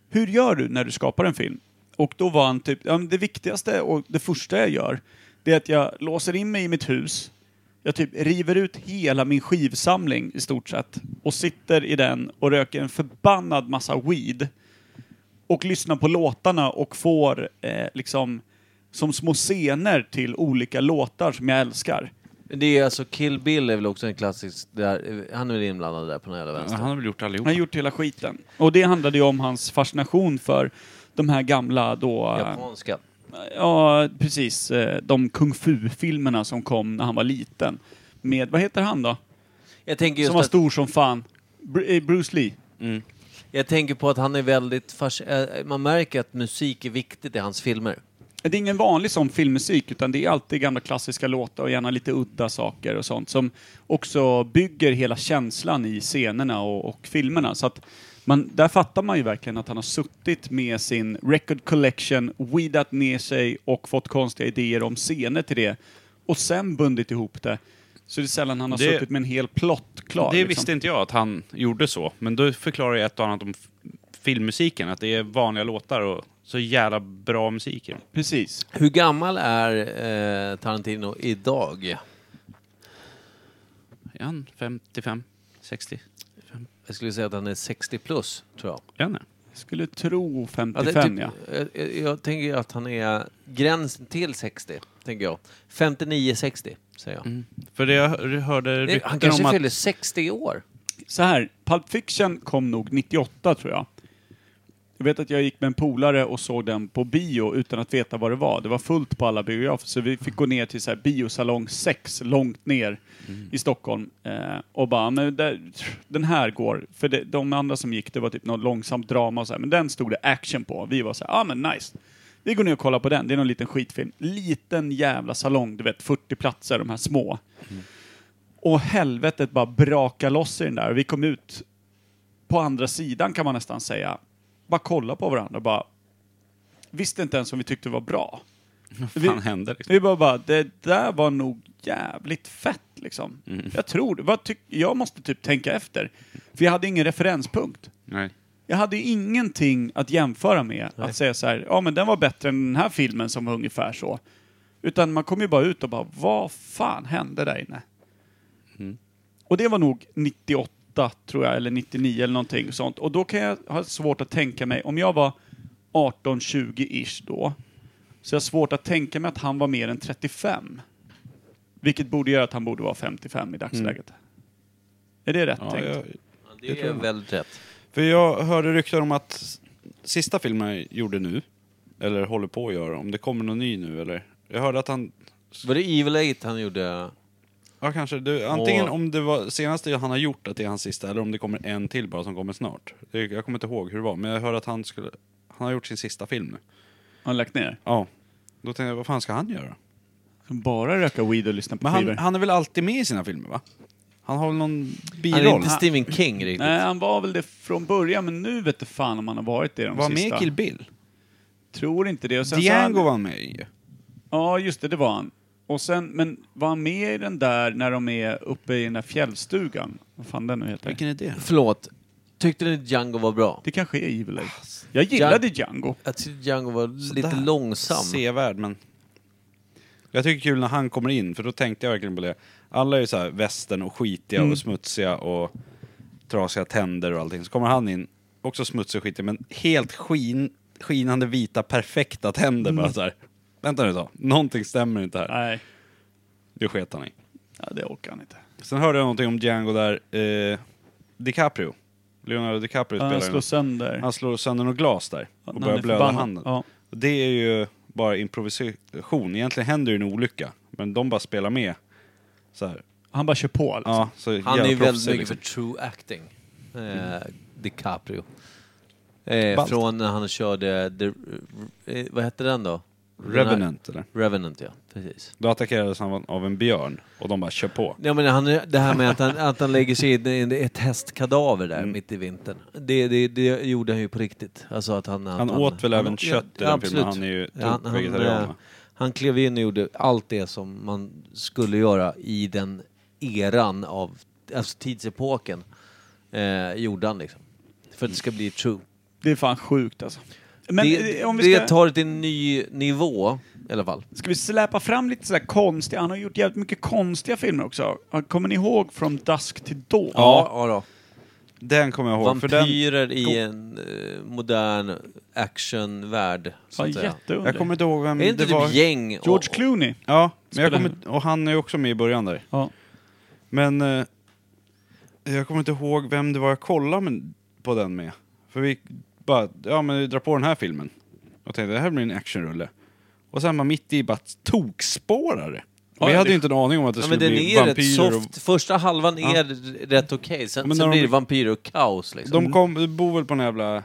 hur gör du när du skapar en film? Och då var han typ, ja, men det viktigaste och det första jag gör, det är att jag låser in mig i mitt hus, jag typ river ut hela min skivsamling i stort sett och sitter i den och röker en förbannad massa weed och lyssnar på låtarna och får eh, liksom som små scener till olika låtar som jag älskar. Det är alltså Kill Bill är väl också en klassisk, där, han är väl inblandad där på den jävla vänstern. Han har väl gjort Han allihopa. har gjort hela skiten. Och det handlade ju om hans fascination för de här gamla då... Japanska. Ja, precis. eh, De kung fu-filmerna som kom när han var liten. Med, vad heter han då? Jag tänker, just som var att, stor som fan. Bru- eh, Bruce Lee. jag tänker på att han är väldigt, fas, eh, man märker att musik är viktigt i hans filmer. Det är ingen vanlig sån filmmusik, utan det är alltid gamla klassiska låtar och gärna lite udda saker och sånt som också bygger hela känslan i scenerna och, och filmerna. Så att man, där fattar man ju verkligen att han har suttit med sin record collection, weedat ner sig och fått konstiga idéer om scener till det och sen bundit ihop det. Så det är sällan han har Det- suttit med en hel plott klar. det liksom. visste inte jag att han gjorde så, men då förklarar jag ett och annat om f- filmmusiken, att det är vanliga låtar och så jävla bra musik i dem. Precis. Hur gammal är eh, Tarantino idag? Är han 55? 60? Jag skulle säga att han är 60 plus, tror jag. Är han det? Jag skulle tro Ja, det- 55, ja. typ, jag, jag, jag tänker att han är gränsen till 60, tänker jag. 59-60, säger jag. Mm. För det jag hör- hörde Det, han rykten om kanske att... fyller 60 i år. Så här, Pulp Fiction kom nog 98 tror jag. Jag vet att jag gick med en polare och såg den på bio utan att veta vad det var. Det var fullt på alla biografer så vi fick gå ner till så här biosalong 6 långt ner i Stockholm eh, och bara, men där, den här går. För det, de andra som gick det var typ något långsamt drama och så här, men den stod det action på. Vi var så här, ja ah, men nice. Vi går ner och kollar på den, det är någon liten skitfilm. Liten jävla salong, du vet 40 platser, de här små. Och helvetet bara braka loss i den där. Och vi kom ut på andra sidan kan man nästan säga. Bara kolla på varandra och bara visste inte ens om vi tyckte det var bra. Vad fan hände liksom? Vi bara, bara det där var nog jävligt fett liksom. Jag tror det. Vad tyck- jag måste typ tänka efter. För jag hade ingen referenspunkt. Nej. Jag hade ju ingenting att jämföra med. Att säga så här, ja men den var bättre än den här filmen som var ungefär så. Utan man kom ju bara ut och bara, vad fan hände där inne? Mm. Och det var nog 98 tror jag, eller 99 eller någonting sånt. Och då kan jag ha svårt att tänka mig, om jag var 18-20-ish då, så jag har svårt att tänka mig att han var mer än 35. Vilket borde göra att han borde vara 55 i dagsläget. Är det rätt Mm. Ja, tänkt? jag, Det är väldigt rätt. för jag hörde rykten om att s- sista filmen jag gjorde nu, eller håller på att göra, om det kommer någon ny nu eller? Jag hörde att han, Var det Evil Eight han gjorde? ja kanske, du, antingen Och- om det var senaste han har gjort att det är hans sista, eller om det kommer en till bara som kommer snart. Det- Jag kommer inte ihåg hur det var, men jag hörde att han skulle, han har gjort sin sista film nu. Har han lagt ner? Ja. Då tänkte jag, vad fan ska han göra? Bara röka weed och lyssna på Men han, skivor. han är väl alltid med i sina filmer va? Han har väl någon Han är biroll? inte Stephen King riktigt. Nej, han var väl det från början, men nu vet du fan om han har varit det de Var med sista. i Kill Bill? Tror inte det. Och sen så Django han- var han med i ju. Ja, just det, det var han. Och sen, men var han med i den där när de är uppe i den där fjällstugan? Vad fan den nu heter? Vilken är det? Förlåt. Tyckte ni Django var bra? Det kanske är Evil Eight. Jag gillade Django. Jag tyckte Django var lite Sådär. långsam. Sevärd, men... Jag tycker det är kul när han kommer in, för då tänkte jag verkligen på det. Alla är ju så här västern och skitiga Mm. och smutsiga och trasiga tänder och allting. Så kommer han in, också smutsig och skitig, men helt skin, skinande vita, perfekta tänder. Bara så här. Vänta nu då, någonting stämmer inte här. Mm. Nej, Det sket han i. ja, det orkar han inte. Sen hörde jag någonting om Django där, eh, DiCaprio. Leonardo DiCaprio Han spelar ju slår någon- sönder. Han slår sönder något glas där och När han börjar är blöda förbannad. handen. Ja. Och Det är ju bara improvisation. Egentligen händer ju en olycka, men de bara spelar med. Så här. Han bara kör på liksom. Ja, så Han är jävla ju väldigt proffsig, mycket liksom. för true acting. Eh, DiCaprio. Eh, Ballt. från när han körde, the, eh, vad hette den då? Revenant eller? Den här- Revenant ja, precis. Då attackerades han av en björn och de bara kör på. Ja, men han, det här med att han, att han lägger sig in i ett hästkadaver där Mm. mitt i vintern. Det, det, det gjorde han ju på riktigt. Alltså att han, att Han åt väl även kött i den ja, filmen, absolut. han är ju typ Ja, han- han, vegetarian, eh, va? han klev in och gjorde allt det som man skulle göra i den eran av, alltså tidsepoken, eh, gjorde han liksom. För att det ska bli true. Det är fan sjukt alltså. Men det, eh, om vi det ska, tar det till en ny nivå i alla fall. ska vi släpa fram lite sådär konstiga, han har gjort jävligt mycket konstiga filmer också. Kommer ni ihåg From Dusk till Dawn? ja då. Den kommer jag ihåg. för Vampyrer i en eh, modern actionvärld. Så Ja, att säga. den, jätteunderligt. jag kommer inte ihåg vem Är det inte Mm, det var. typ gäng? och- George Clooney. Ja, men jag Spelar- kommer, och han är ju också med i början där. Ja. Men eh, jag kommer inte ihåg vem det var jag kollade men, på den med. För vi bara, ja men vi drar på den här filmen. Och tänkte det här blir en actionrulle. Och sen var mitt i bara tokspårare. Ja, vi ja, det- hade ju inte en aning om att det Ja, skulle men den bli är rätt vampyrer. soft. Första halvan är Ja. r- rätt okej, sen, Men sen när blir de- det vampyrer och kaos Och, liksom. de kom, de bor väl på en jävla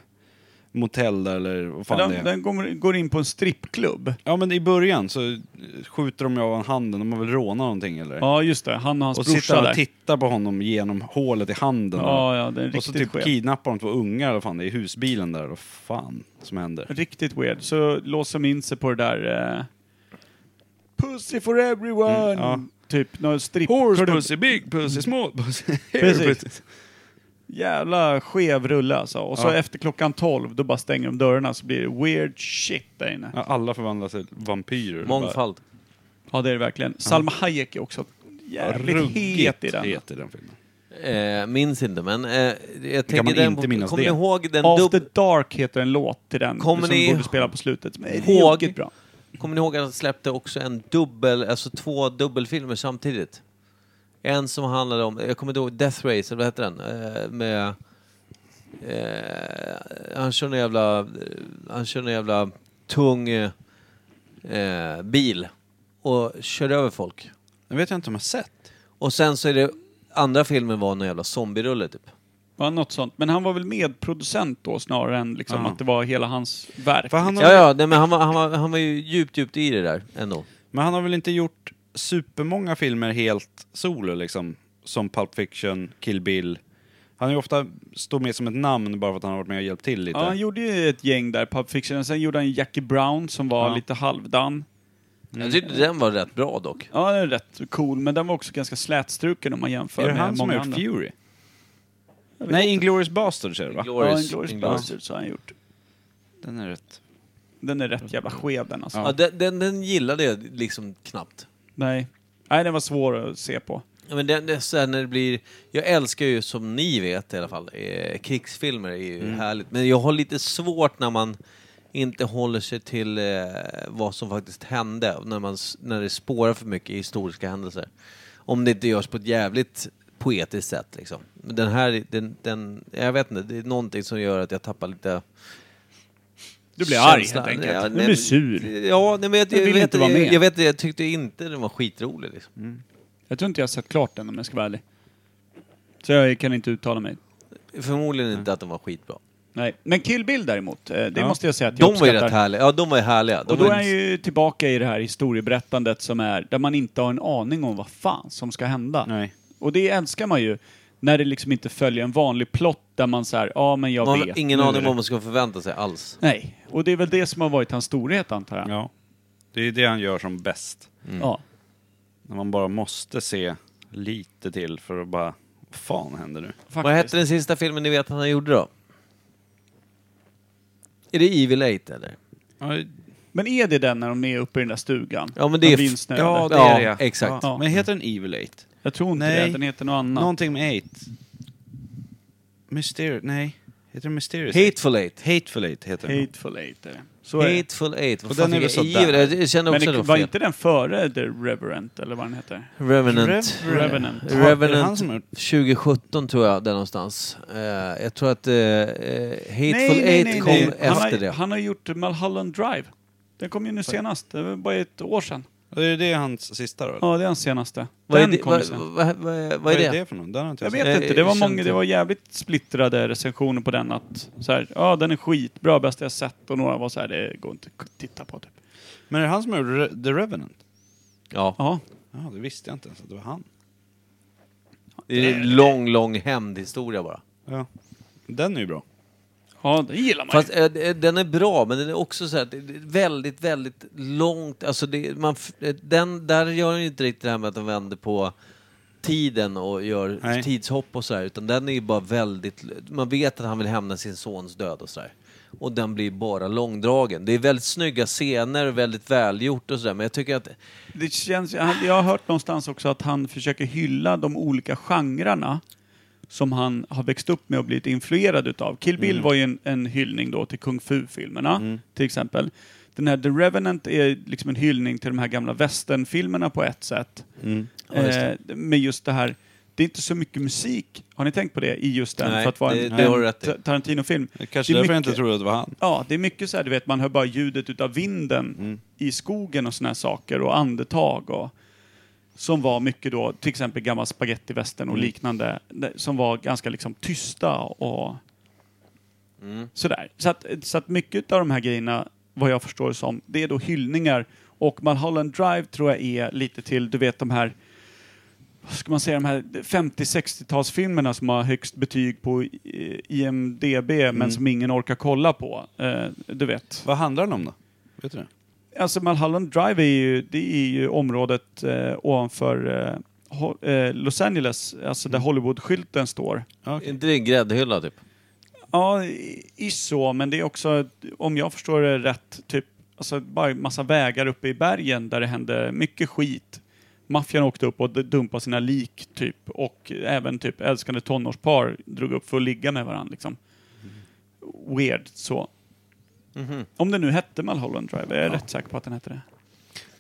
motell där, eller vad fan Den, det är. den kommer, går in på en strippklubb. Ja men i början så eh, skjuter de ju av en handen, de har väl rånat någonting eller? Ja, just det. Han och hans och brorsa sitter där. och tittar på honom genom hålet i handen. Ja, ja, det är Och så riktigt skev. typ kidnappar de två ungar eller fan, det är i husbilen där. Vad fan som händer? Riktigt weird. Så låser de in sig på det där... Eh, Pussy for everyone! Mm, ja. Typ någon Horse strippklubb. pussy, big pussy, small pussy. Precis. Jävla skev rulle alltså. Och så Ja. efter klockan 12, då bara stänger de dörrarna så blir det weird shit där inne. Ja, alla förvandlas till vampyrer. Mångfald. Ja, det är det verkligen. Salma Hayek är också Bara jävligt Ruggigt het i den. het i den filmen. Eh, minns inte, men eh, jag tänker man den... inte minnas Kommer ni det? ihåg den After dubb... Dark heter en låt till den Kommer som ni borde spela på slutet. Men det är ihåg- riktigt bra. Kommer ni ihåg att han släppte också en dubbel, alltså två dubbelfilmer samtidigt? En som handlade om, jag kommer inte ihåg, Death Race, eller vad hette den? Eh, med... Eh, han kör en jävla, eh, han kör en jävla tung eh, eh, bil och kör över folk. Den vet jag inte om jag sett. Och sen så är det, andra filmen var någon jävla zombierulle typ. Ja, något sånt. Men han var väl medproducent då snarare än liksom Ja. att det var hela hans verk. liksom. För han har, Ja, ja, nej, men han var, han, var, han var ju djupt, djupt i det där ändå. Men han har väl inte gjort supermånga filmer helt solo liksom? Som Pulp Fiction, Kill Bill. Han är ju ofta står med som ett namn bara för att han har varit med och hjälpt till lite. Ja, han gjorde ju ett gäng där, Pulp Fiction. Sen gjorde han Jackie Brown som var Ja. lite halvdan. Jag tyckte den var rätt bra dock. Ja, den är rätt cool, men den var också ganska slätstruken om man jämför Är det med han som många har gjort andra. Fury? Nej, Inglourious Basterds är det va? Ja, Glorious. Inglourious Inglourious. Basterds har han gjort. Den är rätt. Den är rätt jävla skev den alltså. Ja, den, den, den gillade jag liksom knappt. Nej. Nej, den var svår att se på. Ja, Men den, det, sen när det blir... Jag älskar ju, som ni vet i alla fall, eh, krigsfilmer är ju Mm. härligt. Men jag har lite svårt när man inte håller sig till eh, vad som faktiskt hände. och När, man, s- när det spårar för mycket i historiska händelser. Om det inte görs på ett jävligt poetiskt sätt liksom. Men den här, den, den, jag vet inte, det är någonting som gör att jag tappar lite... Du blir arg känslan. helt enkelt. Ja, du nej, blir sur. men- Ja, nej, men jag, Du jag, vill vet, inte vara jag, med. Mm. jag vet jag tyckte inte den var skitrolig liksom. Jag tror inte jag har sett klart den om jag ska vara ärlig. Så jag kan inte uttala mig. Förmodligen Mm. inte att den var skitbra. Nej. Men Kill Bill däremot, eh, det Ja. måste jag säga att jag De var ju rätt uppskattar. härliga. Ja, de var ju härliga. De Och då är var han ju tillbaka i det här historieberättandet som är, där man inte har en aning om vad fan som ska hända. Nej. Och det älskar man ju, när det liksom inte följer en vanlig plott där man säger, ja men jag man vet. har ingen nu aning är om det- vad man ska förvänta sig alls. Nej, och det är väl det som har varit hans storhet antar jag. Ja. Det är ju det han gör som bäst. Mm. Ja. När man bara måste se lite till för att bara... Vad fan händer nu? Vad hette den sista filmen ni vet att han gjorde då? Är det Evil Eight eller? Ja, Men är det den när de är uppe i den där stugan? Ja, men det är- De vinsnöjda? Ja, det Ja, är det exakt. Ja. Men heter den Evil Eight? Jag tror inte Nej. det, den heter något annat. Någonting med Eight. Mysterious... Nej. Heter den Mysterious Hateful Eight. Eight? Hateful Eight heter den. Hateful Eight är det. Så är det. Hateful Eight. Vad Och fan den är fick jag väl sådär. Evil- Jag känner Men också det, det var var fel. inte den före The Reverent, eller vad den heter? Revenant. Revenant. Ja, det är han Revenant som har gjort- 2017 tror jag, där någonstans. Eh, jag tror att eh, eh, Nej, Hateful nej, nej, Eight nej. kom han efter har, det. Han har gjort Mulholland Drive. Den kom ju nu senast, det var bara ett år sedan. Och Är det hans sista då? Ja, det är hans senaste. Vad är Den det- kom ju vad- sen. vad- vad- Vad Vad är det? för någon? Den har inte Jag jag, vet Jag- inte, det var, jag känner många, till- det var jävligt splittrade recensioner på den. Att så här, ja den är skitbra, bästa jag sett. Och några var så här, det går inte att titta på typ. sett. Men är det han som har gjort Re- The Revenant? Ja. Ja, Ja, det visste jag inte ens att det var han. Det är en lång, lång hämndhistoria bara. Ja. Den är ju bra. ja det gillar man Fast ju. eh, eh, den är bra, men den är också så här, att det är väldigt, väldigt långt. Alltså det, man, f- eh, den, där gör den ju inte riktigt det här med att de vänder på tiden och gör Nej. tidshopp och sådär. Utan den är ju bara väldigt... Man vet att han vill hämna sin sons död och sådär. Och den blir bara långdragen. Det är väldigt snygga scener, och väldigt välgjort och sådär. Men jag tycker att... Det känns, han- jag har hört någonstans också att han försöker hylla de olika genrerna som han har växt upp med och blivit influerad utav. Kill Bill Mm. var ju en, en hyllning då till Kung Fu-filmerna, till exempel. Den här The Revenant är liksom en hyllning till de här gamla västernfilmerna på ett sätt. Mm. Ja, just Eh, med just det här, det är inte så mycket musik, har ni tänkt på det, i just den? Nej, för att vara det- en, det har du en rätt i. Ta- Tarantino-film. Kanske Det är därför jag mycket- inte trodde att det var han. Ja, det är mycket så här, du vet, man hör bara ljudet utav vinden Mm. i skogen och såna här saker och andetag och som var mycket då, till exempel gammal spagettivästern och liknande, där- som var ganska liksom tysta och sådär. Så att, så att mycket av de här grejerna, vad jag förstår det som, det är då hyllningar och Mulholland Drive tror jag är lite till, du vet de här vad ska man säga, de här 50-60-talsfilmerna som har högst betyg på i- IMDB men som ingen orkar kolla på. Eh, du vet. Vad handlar den om då? Vet du det? Alltså Mulholland Drive är ju, det är ju området eh, ovanför eh, Ho- eh, Los Angeles, alltså där Hollywood-skylten står. Inte det en gräddhylla typ? Ja, i- ish så, men det är också, om jag förstår det rätt, typ, alltså bara en massa vägar uppe i bergen där det hände mycket skit. Maffian åkte upp och d- dumpade sina lik, typ, och även typ älskande tonårspar drog upp för att ligga med varandra, liksom. Weird, så. Om det nu hette Mulholland Drive, jag är rätt säker på att den hette det.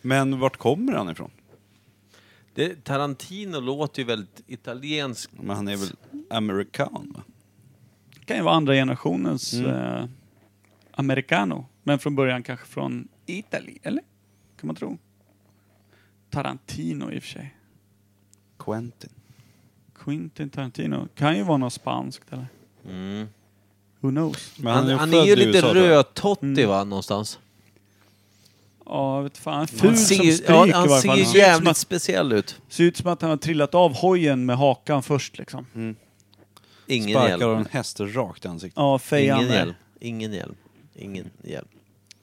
Men vart kommer han ifrån? Det, Tarantino låter ju väldigt italiensk. Men han är väl amerikan va? Det kan ju vara andra generationens Mm. eh, americano, men från början kanske från Italien, eller? Kan man tro. Tarantino i och för sig. Quentin. Quentin Tarantino. Kan ju vara något spanskt eller? Mm. Who knows? Men Han, han född är ju i lite USA, tror jag. Mm. rödtottig va, någonstans? Ja, vet fan. Ful Han ser, som ju- stryk ja, i han varje ser fall. ju Han ser ut som jävligt att- speciell ut. Ser ut som att han har trillat av hojen med hakan först liksom. Mm. Ingen Sparkar hjälp. av en häst rakt i ansiktet. Ja, fejan Ingen där. hjälm. Ingen hjälm. Ingen hjälm.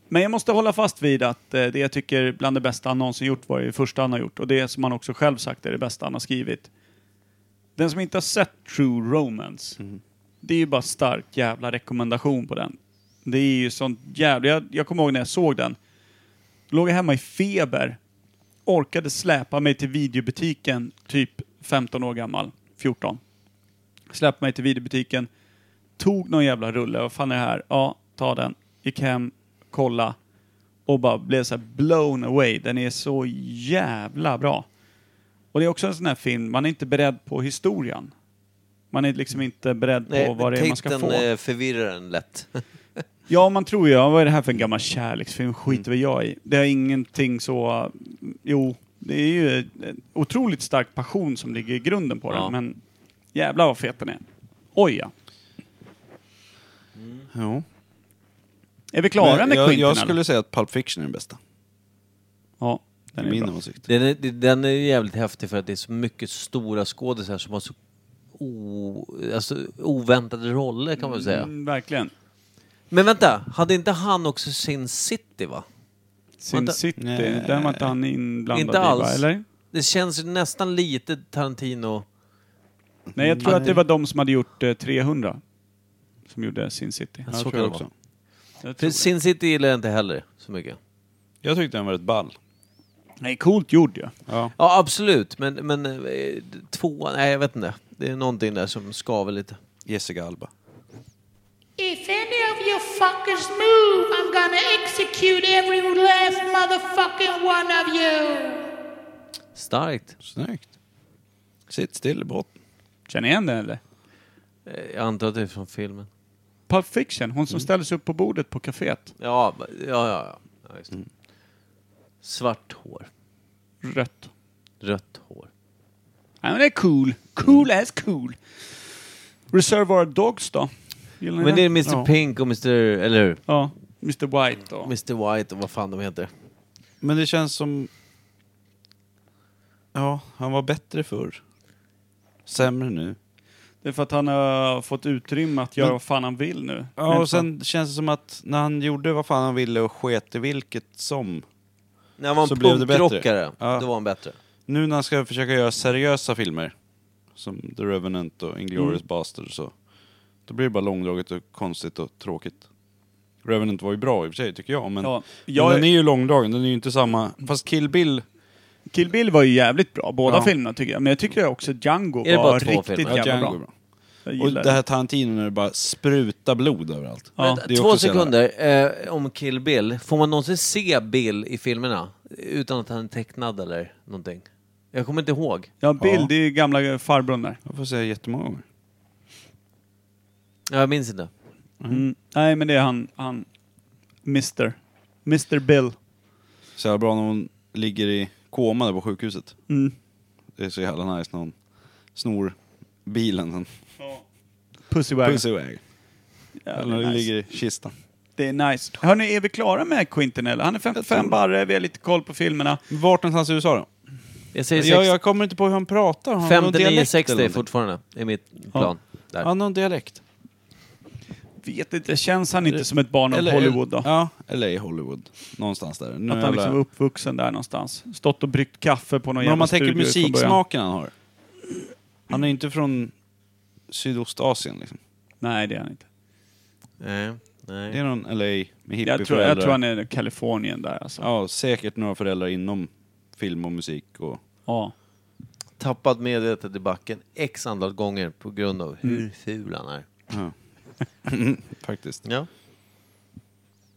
Men jag måste hålla fast vid att eh, det jag tycker bland det bästa han någonsin gjort var det första han har gjort. Och det som han också själv sagt är det bästa han har skrivit. Den som inte har sett True Romance, det är ju bara stark jävla rekommendation på den. Det är ju sånt jävla... Jag, jag kommer ihåg när jag såg den. Låg jag hemma i feber. Orkade släpa mig till videobutiken, typ 15 år gammal. 14. Släpade mig till videobutiken. Tog någon jävla rulle. Vad fan är det här? Ja, ta den. Gick hem, kolla och bara blev så här blown away. Den är så jävla bra. Och det är också en sån här film, man är inte beredd på historien. Man är liksom inte beredd på vad det är man ska titeln få. eh, förvirrar en lätt. Ja, man tror ju, ja, vad är det här för en gammal kärleksfilm? Skiter väl jag i. Det är ingenting så... Jo, det är ju en otroligt stark passion som ligger i grunden på den, Ja. men jävlar vad fet den är. Oj ja. Jo. Är vi klara Men med jag, Quentin? jag eller? skulle säga att Pulp Fiction är den bästa. Ja, Den den är min bra. åsikt. Den är, den är jävligt häftig för att det är så mycket stora skådisar som har så o, alltså, oväntade roller kan man väl säga. Mm, verkligen. Men vänta, hade inte han också Sin City va? Sin Vänta. City, Nej. den var inte han inblandad Inte i va? alls. Eller? Det känns ju nästan lite Tarantino. Nej, jag tror att det var de som hade gjort eh, 300. Som gjorde Sin City. Jag så tror jag kan det också. Jag tror För det. Sin City gillar jag inte heller så mycket. Jag tyckte den var rätt ball. Nej, coolt gjord ju. Ja. Ja absolut, men, men eh, två, nej jag vet inte. Det är någonting där som skaver lite. Jessica Alba. If any of you fuckers move, I'm gonna execute every last motherfucking one of you. Starkt. Snyggt. Sitt still i båten. Känner igen den eller? Eh, Jag antar att det är från filmen. Pulp Fiction, hon som ställer sig upp på bordet på kaféet. Ja, ja, ja. ja. ja just. det. Mm. Svart hår. Rött. Rött hår. Ja, men det är cool. Cool as cool. Reservoir Dogs då? Gillar ni Men det är den? Mr ja. Pink och Mr... Eller hur? Ja, Mr White då. Mr White och vad fan de heter. Men det känns som... Ja, han var bättre förr. Sämre nu. Det är för att han har fått utrymme att göra vad fan han vill nu. Ja, och sen känns det som att när han gjorde vad fan han ville och sket i vilket som. När han var Så en blev det bättre. punkrockare, Ja. då var han bättre. Nu när han ska försöka göra seriösa filmer, som The Revenant och Inglourious Basterds så, då blir det bara långdraget och konstigt och tråkigt. Revenant var ju bra i och för sig, tycker jag, men, Ja, jag men den är- är ju långdragen, den är ju inte samma... Fast Kill Bill, Kill Bill var ju jävligt bra, båda Ja. filmerna tycker jag. Men jag tycker också Django Är det bara var två riktigt filmer? ja, jävla Django bra. är bra. Jag Och gillar det här Tarantino när det bara sprutar blod överallt. Ja, Vänta, det är Två också så jävla- sekunder eh, om Kill Bill. Får man någonsin se Bill i filmerna? Utan att han är tecknad eller någonting? Jag kommer inte ihåg. Ja, Bill, Ja. det är ju gamla farbrorn där. Jag får säga jättemånga gånger. Ja, Jag minns inte. Mhm. Mm. Nej, men det är han, han... Mr. Mr Bill. Så jävla bra när hon ligger i koma där på sjukhuset. Mm. Det är så jävla nice när hon snor bilen, sen Pussy Wagon. pussar iväg. Eller Jävligt när det nice. ligger i kistan. Det är nice. Hörni, är vi klara med Quentin eller? Han är 55 barre, vi har lite koll på filmerna. Vart någonstans i USA då? Jag säger Jag, sex- jag kommer inte på hur han pratar. Har Han någon dialekt 59-60 eller någonting? fortfarande, är mitt plan. Där. Han har någon dialekt. Vet inte, känns han inte som ett barn av Hollywood då? Ja, eller i Hollywood. Någonstans där. Nu Att han liksom jävla- var uppvuxen där någonstans. Stått och bryggt kaffe på någon Men om jävla man studio tänker från början. musiksmaken han har. Han är inte från Sydostasien liksom. Nej, det är han inte. Nej, Det Eh, nej. är någon LA med Jag tror, jag tror hippieföräldrar. han är Kalifornien där alltså. Ja. Ja, säkert några föräldrar inom film och musik och... Tappat medvetet i backen x antal gånger på grund av Mm. hur ful han är. Ja. Faktiskt. Ja.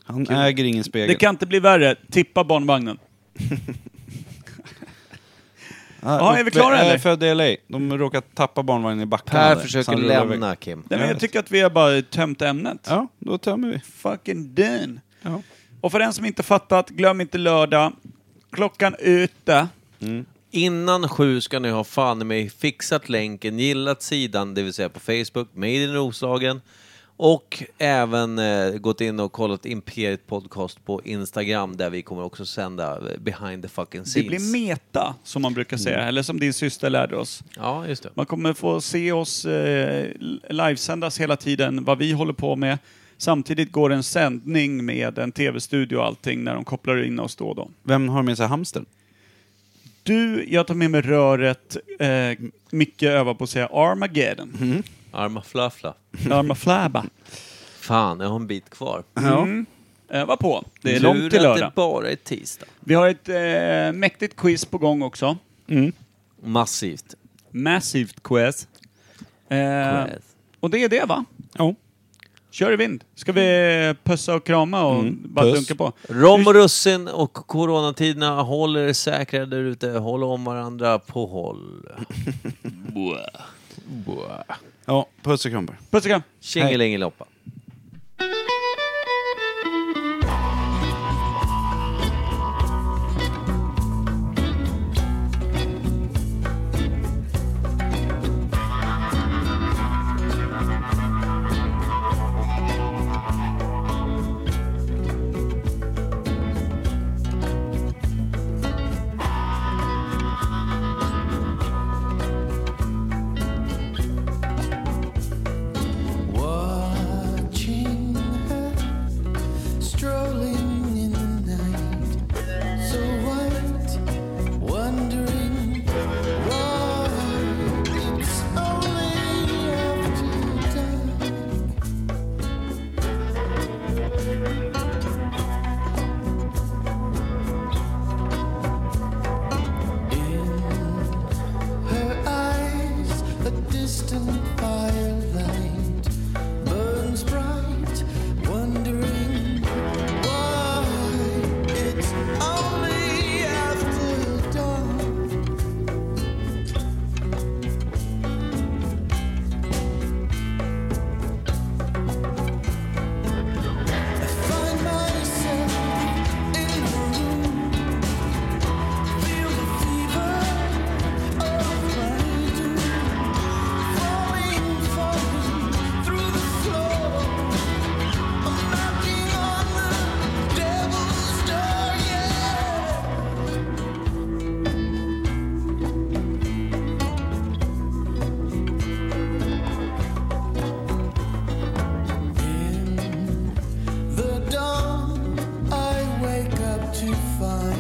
Han äger ingen spegel. Det kan inte bli värre. Tippa barnvagnen. Ja, är vi klara, Jag Äh, är eller? född i LA. De råkar tappa barnvagnen i backarna. Per där, så försöker han rullar lämna iväg. Kim. Nej, men Ja, jag visst. tycker att vi har bara tömt ämnet. Ja, då tömmer vi. Fucking done. Ja. Och för den som inte fattat, glöm inte lördag. Klockan ute. Innan sju ska ni ha fan i mig fixat länken, gillat sidan, det vill säga på Facebook, Made in Roslagen och även eh, gått in och kollat Imperiet Podcast på Instagram där vi kommer också sända eh, behind the fucking Det scenes. blir meta, som man brukar säga. Mm. Eller som din syster lärde oss. Ja, just det. Man kommer få se oss eh, livesändas hela tiden, vad vi håller på med. Samtidigt går en sändning med en tv-studio och allting när de kopplar in oss då och då. Vem har med sig hamstern? Du, jag tar med mig röret. Eh, Micke övar på att säga Armageddon. Arma flafla. Armaflabba. Fan, jag har en bit kvar. Mm. Öva på. Det är Tur långt till att lördag. det bara är tisdag. Vi har ett eh, mäktigt quiz på gång också. Massivt. Massivt quiz. Eh, Quiz. och det är det va? Jo. Kör i vind. Ska vi pussa och krama och bara Puss. dunka på? Rom och russin och coronatiderna håller er säkra där ute. Håll om varandra på håll. Ja, puss och kramar. Puss och kram. Tjingelingeloppa. Watching her strolling in the night, so white, wondering why it's only after dark. Her eyes, a distant firelight burns bright, wondering why it's only after dawn. I find myself in a room, feel the fever. Find